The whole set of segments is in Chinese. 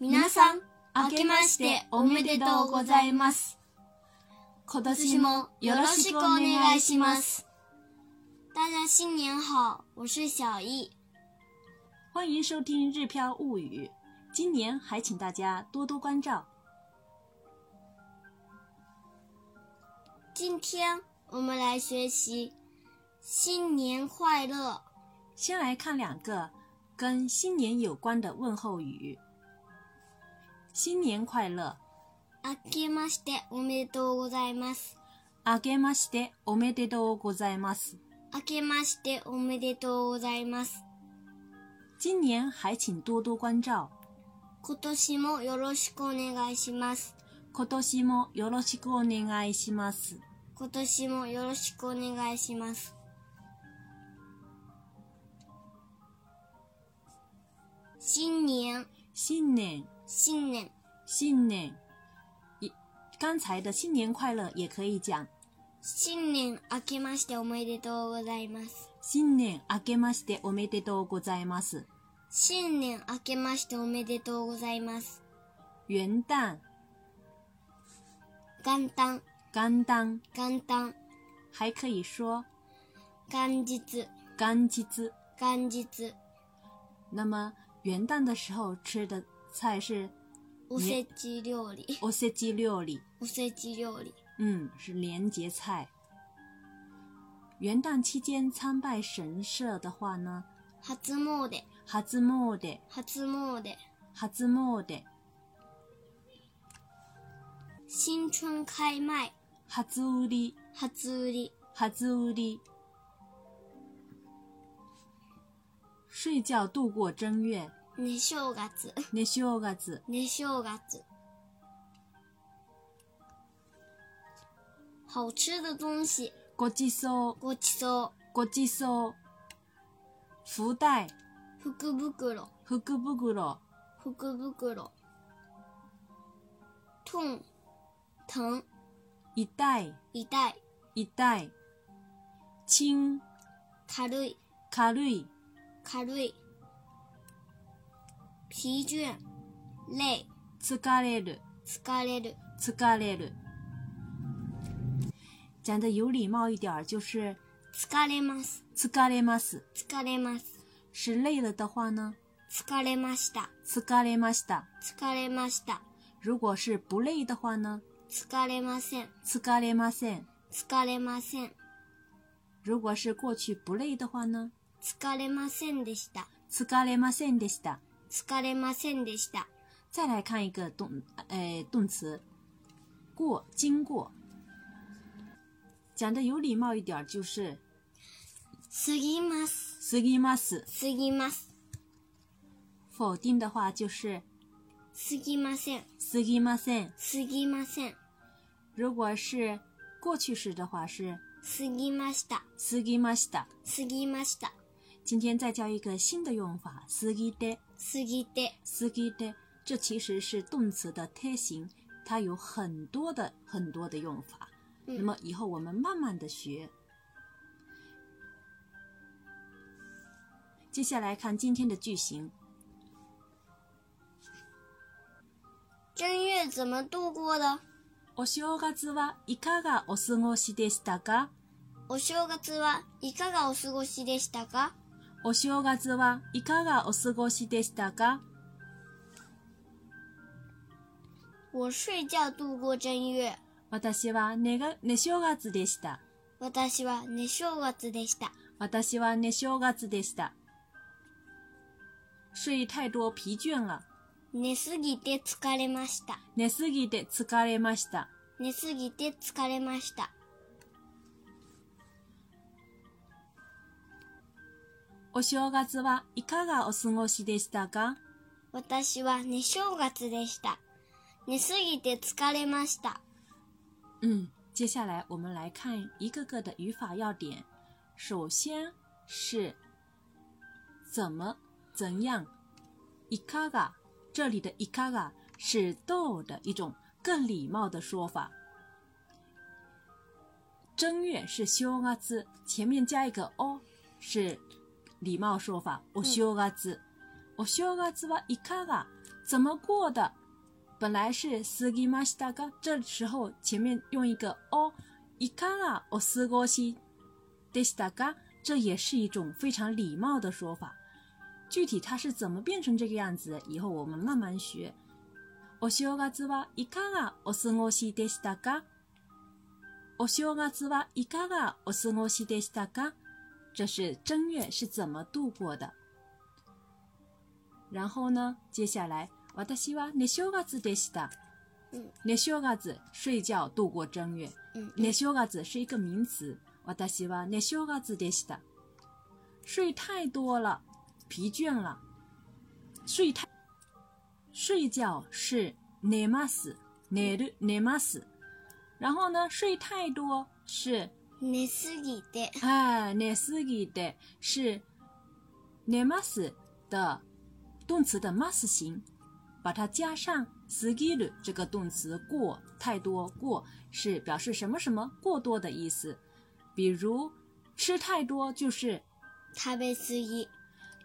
皆さん、明けましておめでとうございます。今今年もよろしくお願いしま。す。大家新年好，我是小易。欢迎收听《日飘物语》，今年还请大家多多关照。今天我们来学习新年快乐。先来看两个跟新年有关的问候语：新年快乐，明けましておめでとうございます。明けましておめでとうございます。明けましておめでとうございます。今年还请多多关照。今年もよろしくお願いします。今年もよろしくお願いします。今年もよろしくお願いします。新年、新年，新年。新年，一刚才的新年快乐也可以讲新年明けましておめでとうございます。新年明けましておめでとうございます。新年明けましておめでとうございます。元旦、元旦、元旦，元旦、还可以说元日、元日。元日、那么元旦的时候吃的菜是おせち料理、おせち料理，おせち料理。嗯，是年节菜。元旦期间参拜神社的话呢，初詣、初詣、初詣。初詣、新春開前、初売り、初売り。初売り。睡觉度过正月，寝正月、寝正月。寝正月。好吃的东西、ごちそう、ごちそごちそう。福袋、う、福袋。福袋、福袋痛疼痛い、痛い痛い。轻、軽い軽い、軽い疲倦累疲れる、疲れる疲れる。讲的有礼貌一点儿，就是疲れます疲れます。疲れます是累了的话呢，疲れました疲れました。疲れました如果是不累的话呢，疲れません疲れません。疲れません如果是过去不累的话呢，疲れませんでした疲れませんでした。疲れませんでした再来看一个动，呃，动词，过，经过。讲的有礼貌一点儿，就是過ぎますすぎます。過ぎます否定的话就是過ぎませんすぎません。過ぎません如果是过去式的话是過ぎましたすぎました。過ぎました今天再教一个新的用法，すぎて，過ぎてすぎて。这其实是动词的贴形，它有很多的很多的用法。嗯那么以后我们慢慢的学。接下来看今天的句型，正月怎么度过的？お正月はいかがお過ごしでしたか？お正月はいかがお過ごしでしたか？お正月はいかがお過ごしでしたか？我睡觉度过正月。私は寝が寝正月でした。私は寝正月でした。私は寝正月でした。睡太多疲倦了，寝すぎて疲れました。寝すぎて疲れました。寝すぎて疲れました。お正月はいかがお過ごしでしたか？私は寝正月でした。寝すぎて疲れました。嗯，接下来我们来看一个个的语法要点。首先是怎么怎样，いかが这里的いかが是逗的一种更礼貌的说法。正月是正月，前面加一个哦お是礼貌说法。お正月，お正月はいかが？啊怎么过的？本来是すぎましたが，这时候前面用一啊个哦，いかがお過ごしでしたか？这也是一种非常礼貌的说法。具体它是怎么变成这个样子，以后我们慢慢学。お正月はいかがお過ごしでしたか？お正月はいかがお過ごしでしたか？这是正月是怎么度过的？然后呢，接下来私は寝正月でした。嗯寝正月睡觉度过正月。嗯寝正月是一个名词，私は寝正月でした。睡太多了，疲倦了。睡太睡觉是寝ます，寝る寝ます。然后呢，睡太多是寝すぎて哎，寝すぎて是寝ます的动词的ます形，把它加上すぎる这个动词过太多过是表示什么什么过多的意思。比如吃太多就是食べ過ぎ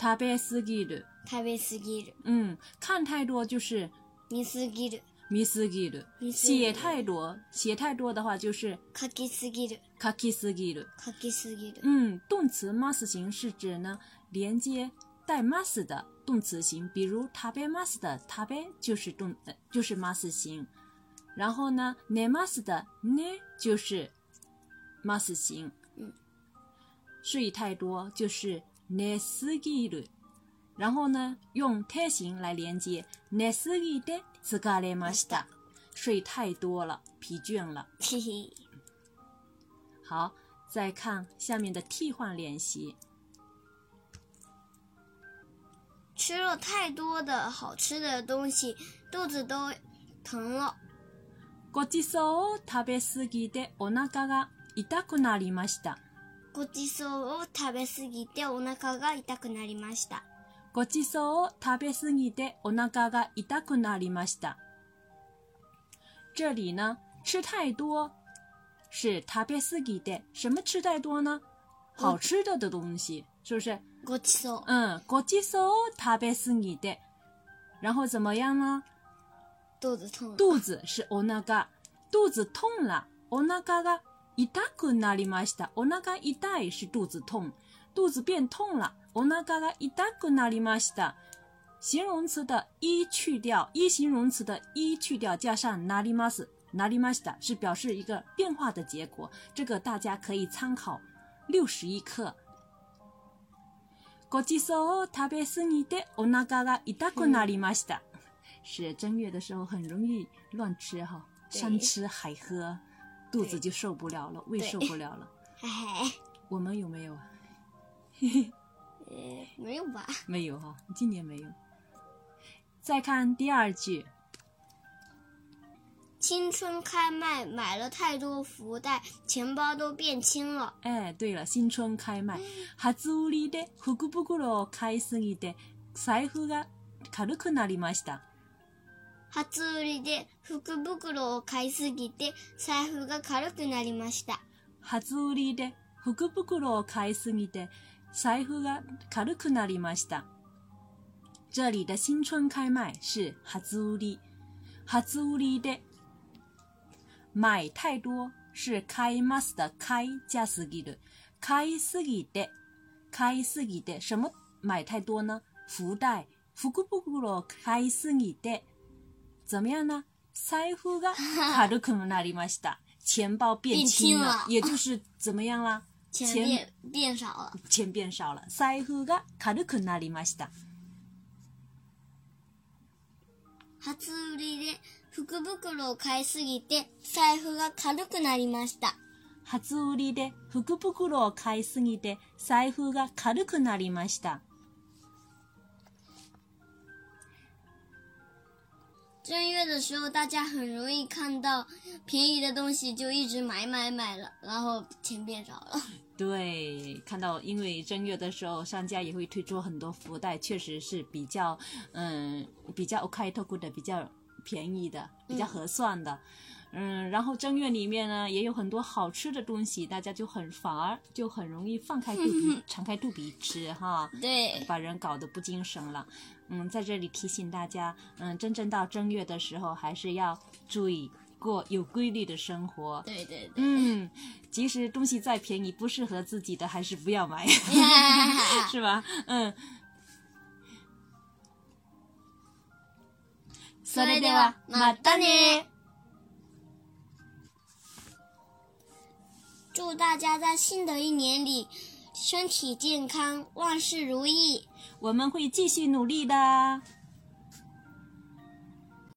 食べすぎる，食べ過ぎる嗯，看太多就是見すぎる見すぎる，見すぎる写太多写太多的话就是書きすぎる書きすぎる。書きすぎる嗯，动词 mas 形是指呢连接带 mas 的动词形，比如 tabe mas 的 tabe 就是动呃就是 mas 形，然后呢 ne mas 的 ne 就是 mas 形。嗯，睡太多就是 ne sugiru，然后呢用 te 形来连接 ne sugi de s u g a r e m a s t a 睡太多了，疲倦了。ひひ好，再看下面的替换练习。吃了太多的好吃的东西，肚子都疼了。ごちそうを食べ過ぎてお腹が痛くなりました。ごちそうを食べ過ぎてお腹が痛くなりました。ごちそうを食べ過ぎてお腹が痛くなりました。这里呢，吃太多是食べ過ぎて，什么吃太多呢？好吃的的东西，是不是？ごちそ嗯，ごちそうを食べ過ぎて，然后怎么样呢？う。肚子疼。肚子是お腹，肚子痛了，お腹が痛くなりました。お腹痛い是肚子痛，肚子变痛了，お腹が痛くなりました。形容词的一去掉，一形容词的一去掉，加上なります，なりました是表示一个变化的结果。这个大家可以参考六十一课。ごちそうを食べ過ぎてお腹が痛くなりました。是正月的时候很容易乱吃哈，对山吃海喝，肚子对就受不了了，胃对受不了了。哎，我们有没有啊？呃，没有吧？没有哈、今年没有。再看第二句，青春开麦，买了太多福袋，钱包都变轻了。哎，对了，新春开卖，嗯初売りで福袋を買いすぎて財布が軽くなりました。初売りで福袋を買いすぎて財布が軽くなりました。初売りで福袋を買いすぎて財布が軽くなりました。这里的新春开卖是初売り，初売りで买太多是買います的買い加すぎる，買いすぎて買いすぎて什么买太多呢？福袋福袋を買いすぎて怎么样呢？財布が軽くなりました，钱包变轻了，变轻了也就是怎么样啦？钱钱变变少了。钱变少了，財布が軽くなりました。初売りで福袋を買いすぎて財布が軽くなりました。初売りで福袋を買いすぎて財布が軽くなりました。正月的时候，大家很容易看到便宜的东西就一直买买买了，然后钱变少了。 对，看到因为正月的时候，商家也会推出很多福袋，确实是比较，嗯，比较 OK 透过的，比较便宜的，比较合算的。嗯，然后正月里面呢，也有很多好吃的东西，大家就很反而就很容易放开肚皮，敞开肚皮吃哈。对，把人搞得不精神了。嗯，在这里提醒大家，嗯，真正到正月的时候，还是要注意过有规律的生活。对对对， 嗯，即使东西再便宜，不适合自己的，还是不要买， 是吧？嗯。それではまたね。祝大家在新的一年里身体健康，万事如意。我们会继续努力的。